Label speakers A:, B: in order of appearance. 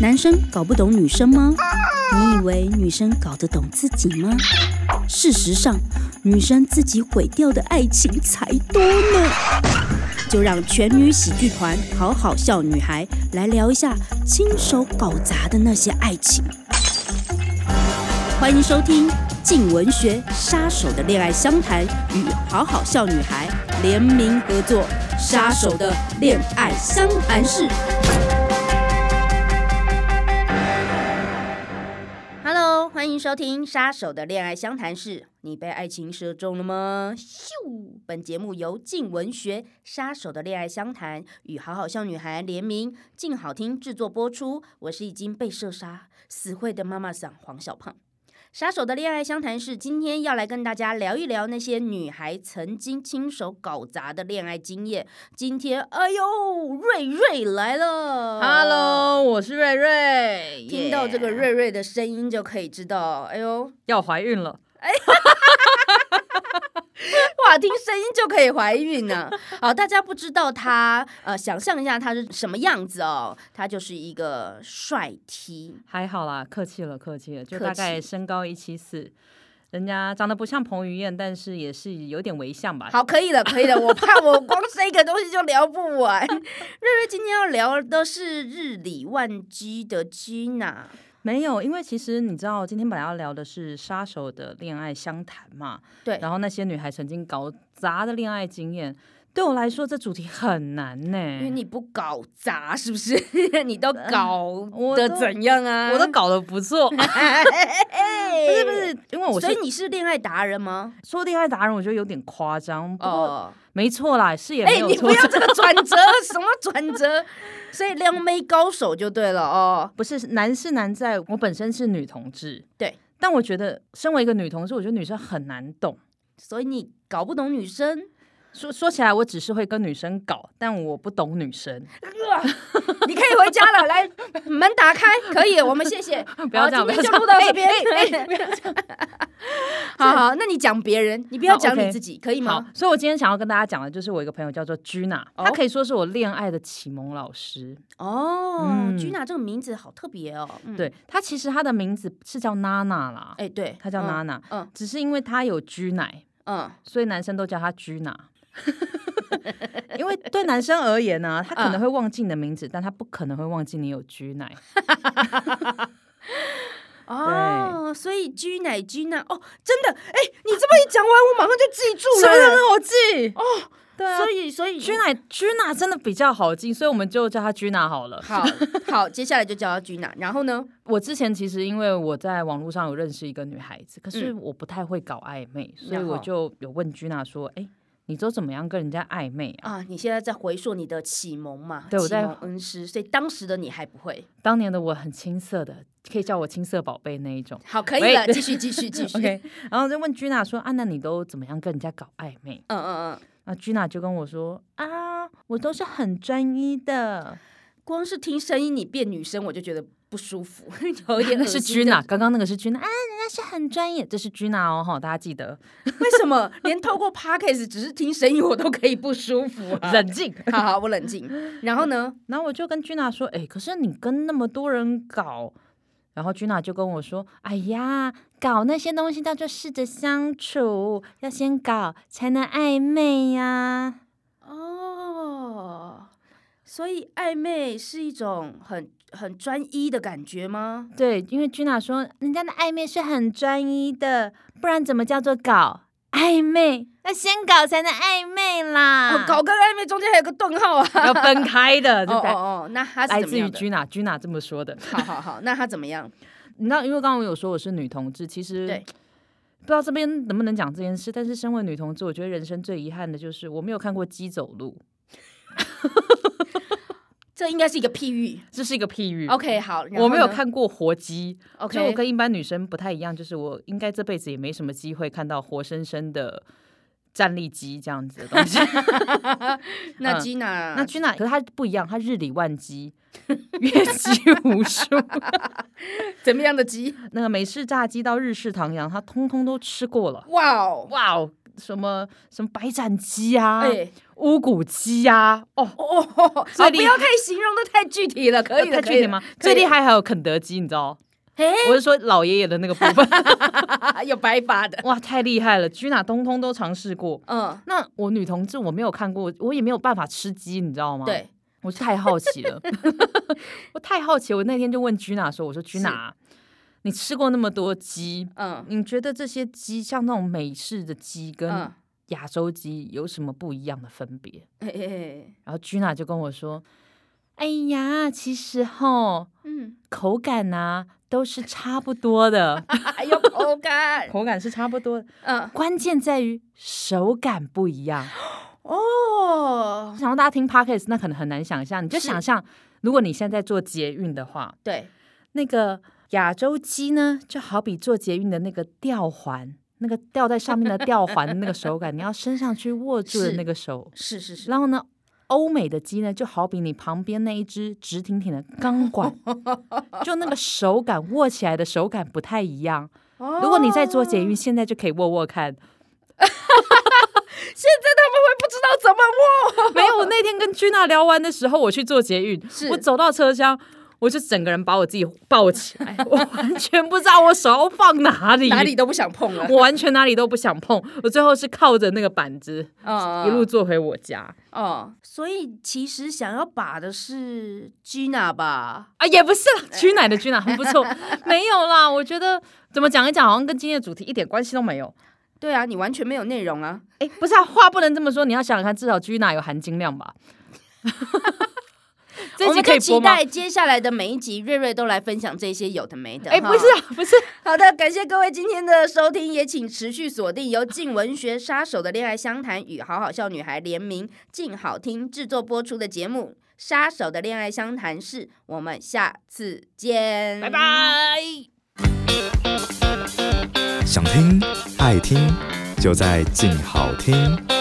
A: 男生搞不懂女生吗？你以为女生搞得懂自己吗？事实上，女生自己毁掉的爱情才多呢。就让全女喜剧团好好笑女孩来聊一下亲手搞砸的那些爱情。欢迎收听《静文学杀手的恋爱相谈》与好好笑女孩联名合作《杀手的恋爱相谈室》。Hello，欢迎收听《杀手的恋爱相谈室》。你被爱情射中了吗？咻！本节目由静文学《杀手的恋爱相谈》与好好笑女孩联名，静好听制作播出。我是已经被射杀、死会的妈妈桑黄小胖。《杀手的恋爱相谈室》今天要来跟大家聊一聊那些女孩曾经亲手搞砸的恋爱经验。今天，哎呦，瑞瑞来了
B: Hello，我是瑞瑞。
A: 听到这个
B: Yeah
A: 瑞瑞的声音就可以知道，哎 呦，
B: 要怀孕了，
A: 哇，听声音就可以怀孕呢、好，大家不知道他，呃，想象一下他是什么样子哦，他就是一个帅 T，
B: 还好啦，客气了，客气了，就
A: 客
B: 大概
A: 气
B: 身高一七四，人家长得不像彭于晏，但是也是有点微像吧。
A: 好，可以了，可以了，我怕我光这一个东西就聊不完。 瑞瑞今天要聊的是日理万机的 Gina，
B: 没有，因为其实你知道，今天本来要聊的是杀手的恋爱相谈嘛，
A: 对
B: 然后那些女孩曾经搞砸的恋爱经验，对我来说这主题很难呢、
A: 因为你不搞砸是不 是？你都搞
B: 呃我
A: 的
B: 都
A: 怎样啊？
B: 我都搞得不错，不
A: 不
B: 是不是，因为我是
A: 所以你是恋爱达人吗？
B: 说恋爱达人，我觉得有点夸张，不过、
A: 哦，
B: 没错啦，是也
A: 哎、
B: 没有
A: 你
B: 错。
A: 不 要这个转折，什么转折？所以撩妹高手就对了哦。
B: 不是男是难在我本身是女同志，
A: 对，
B: 但我觉得身为一个女同志，我觉得女生很难懂。
A: 所以你搞不懂女生，
B: 说说起来，我只是会跟女生搞，但我不懂女生。呃
A: 你可以回家了。来，门打开，可以，我们谢谢。
B: 不要这样
A: 好今天
B: 不要这
A: 就
B: 样
A: 录到这边。
B: 哎
A: 好好，那你讲别人，你不要
B: 好
A: 讲你
B: OK
A: 自己，可以
B: 好
A: 吗？，
B: 所以我今天想要跟大家讲的就是我一个朋友叫做 Gina，、
A: 哦
B: 她可以说是我恋爱的启蒙老师。
A: 哦
B: 嗯
A: ，Gina 这个名字好特别哦。嗯，
B: 对她其实她的名字是叫娜娜啦，
A: 哎，对，
B: 她叫
A: 嗯
B: 娜娜，
A: 嗯
B: 只是因为她有 G 奶，
A: 嗯，
B: 所以男生都叫 她 Gina。因为对男生而言呢、他
A: 嗯
B: 可能会忘记你的名字，但他不可能会忘记你有 G 奶。
A: 哦，所以 G 奶 G 奶哦，真的，哎，你这么一讲完，我马上就记住 了。
B: 好记哦？对啊
A: 所，以，所以
B: 居奶居奶真的比较好记，所以我们就叫他居奶好了。
A: 好好，接下来就叫他 Gina。然后呢？
B: 我之前其实因为我在网络上有认识一个女孩子，可是
A: 嗯
B: 我不太会搞暧昧，所以
A: 然后
B: 我就有问居娜说：“哎、你都怎么样跟人家暧昧啊？
A: 啊，你现在在回溯你的启蒙嘛？
B: 对我
A: 启
B: 在
A: 蒙恩师，所以当时的你还不会。
B: 当年的我很青涩的，可以叫我青涩宝贝那一 种。
A: 好，可以
B: 喂
A: 了，继续，继续， 继续。
B: OK，然后就问居娜说：“啊，那你都怎么样跟人家搞暧昧
A: 嗯嗯嗯，？”
B: 那居娜就跟我说：“啊，我都是很专一的。
A: 光是听声音你变女生，我就觉得不舒服， 有一点
B: 那
A: 恶
B: 是
A: 心
B: 居娜，
A: 的。
B: 刚刚那个是居娜啊，人家是很专业，这是居娜哦，哈，大家记得。
A: 为什么连透过 podcast 只是听声音我都可以不 舒服啊？
B: 冷静。
A: 好好，我冷静。然后呢？
B: 然后我就跟君娜说：“哎、可是你跟那么多人搞。”然后君娜就跟我说：“哎呀，搞那些东西叫做试着相处，要先搞才能暧昧呀。
A: 哦，所以暧昧是一种很很专一的感觉吗？”
B: 对，因为君娜说人家的暧昧是很专一的，不然怎么叫做搞暧昧？要先搞才能暧昧啦，
A: 哦，搞跟暧昧中间还有个顿号啊！
B: 要分开的，
A: 哦
B: 这
A: 哦
B: 来
A: 哦，那他是
B: 来
A: 怎么
B: 自于
A: 样的？
B: 君娜，君娜这么说的。
A: 好好好，那他怎么样？
B: 你知道，因为刚刚我有说我是女同志，其实
A: 对
B: 不知道这边能不能讲这件事，但是身为女同志，我觉得人生最遗憾的就是我没有看过鸡走路，
A: 这应该是一个譬喻。
B: 这是一个譬喻。
A: OK，好，然后
B: 我没有
A: 呢
B: 看过活鸡，就我
A: OK，
B: 跟一般女生不太一样，就是我应该这辈子也没什么机会看到活生生的站立鸡这样子的 东
A: 啊
B: 西。
A: 那
B: 嗯
A: Gina，
B: 那
A: 那
B: 君娜，可是她不一样，她日理万机， 月鸡无数，
A: 怎么样的鸡？
B: 那个美式炸鸡到日式唐扬，她通通都吃过了。
A: 哇哦，
B: 哇哦！什么什么白斩鸡啊、
A: 哎，
B: 乌骨鸡啊，哦，
A: 哦哦，
B: 最
A: 啊
B: 厉
A: 不要太形容的 太具体了，可以的，
B: 太
A: 可
B: 具
A: 以
B: 体
A: 的？
B: 吗？
A: 可以
B: 最厉
A: 的
B: 害还有肯德基，你知 道？
A: 嘿，
B: 我是说老爷爷的那个部分，
A: 有白发的，
B: 哇，太厉害了，居哪通通都尝试过。
A: 嗯，
B: 那我女同志我没有看过，我也没有办法吃鸡，你知道吗？，
A: 对，
B: 我太好 奇了， 我太好奇了，我那天就问居娜说：“我说居娜，你吃过那么多鸡，
A: 嗯
B: 你觉得这些鸡像那种美式的鸡跟
A: 嗯，
B: 亚洲鸡有什么不一样的分别
A: 嘿嘿嘿，？”
B: 然后居娜就跟我说：“哎呀，其实吼，
A: 嗯，
B: 口感呐、都是差不多的，
A: 还有口感，
B: 口感是差不多的，
A: 嗯，
B: 关键在于手感不一样。”
A: 哦，
B: 想让大家听 podcast，那可能很难想象。你就是想象，如果你现在在做捷运的话，
A: 对，
B: 那个亚洲鸡呢，就好比做捷运的那个吊环，那个吊在上面的吊环的那个手感，你要伸上去握住的
A: 是
B: 那个手。
A: 是是是，
B: 然后呢，欧美的鸡呢，就好比你旁边那一只直挺挺的钢 管，就那个手感握起来的手感不太一样。
A: 如
B: 如果你在做捷
A: 哦
B: 运，现在就可以握握看。
A: 现在他们会不知道怎么
B: 没有，我那天跟君娜聊完的时候，我去做捷运
A: 是，
B: 我走到车厢，我就整个人把我自己抱起来， 我完全不知道我手要放哪里，
A: 握，哪里都不想碰了，
B: 我完全哪里都不想碰，我最后是靠着那个板子
A: 嗯，
B: 一路坐回我家。
A: 哦，所以其实想要把的是 Gina 吧？
B: 啊，也不是啦，居奶的居奶很不 错，没有啦。我觉得怎么讲一讲，好像跟今天的主题一点关系都没有。
A: 对啊，你完全没有内容啊，
B: 哎，不是啊，话不能这么说，你要想想看，至少居奶有含金量吧。 这
A: 我
B: 集
A: 们
B: 可
A: 就
B: 以
A: 期
B: 播吗？
A: 待接下来的每一集，瑞瑞都来分享这些有的没的。
B: 哎，
A: 哈
B: 不是啊，不是啊
A: 好的，感谢各位今天的收听，也请持续锁定由静文学杀手的恋爱相谈与好好笑女孩联名静好听制作播出的节目《杀手的恋爱相谈室》，我们下次见，
B: 拜。拜。
C: 想听爱听，就在静好听。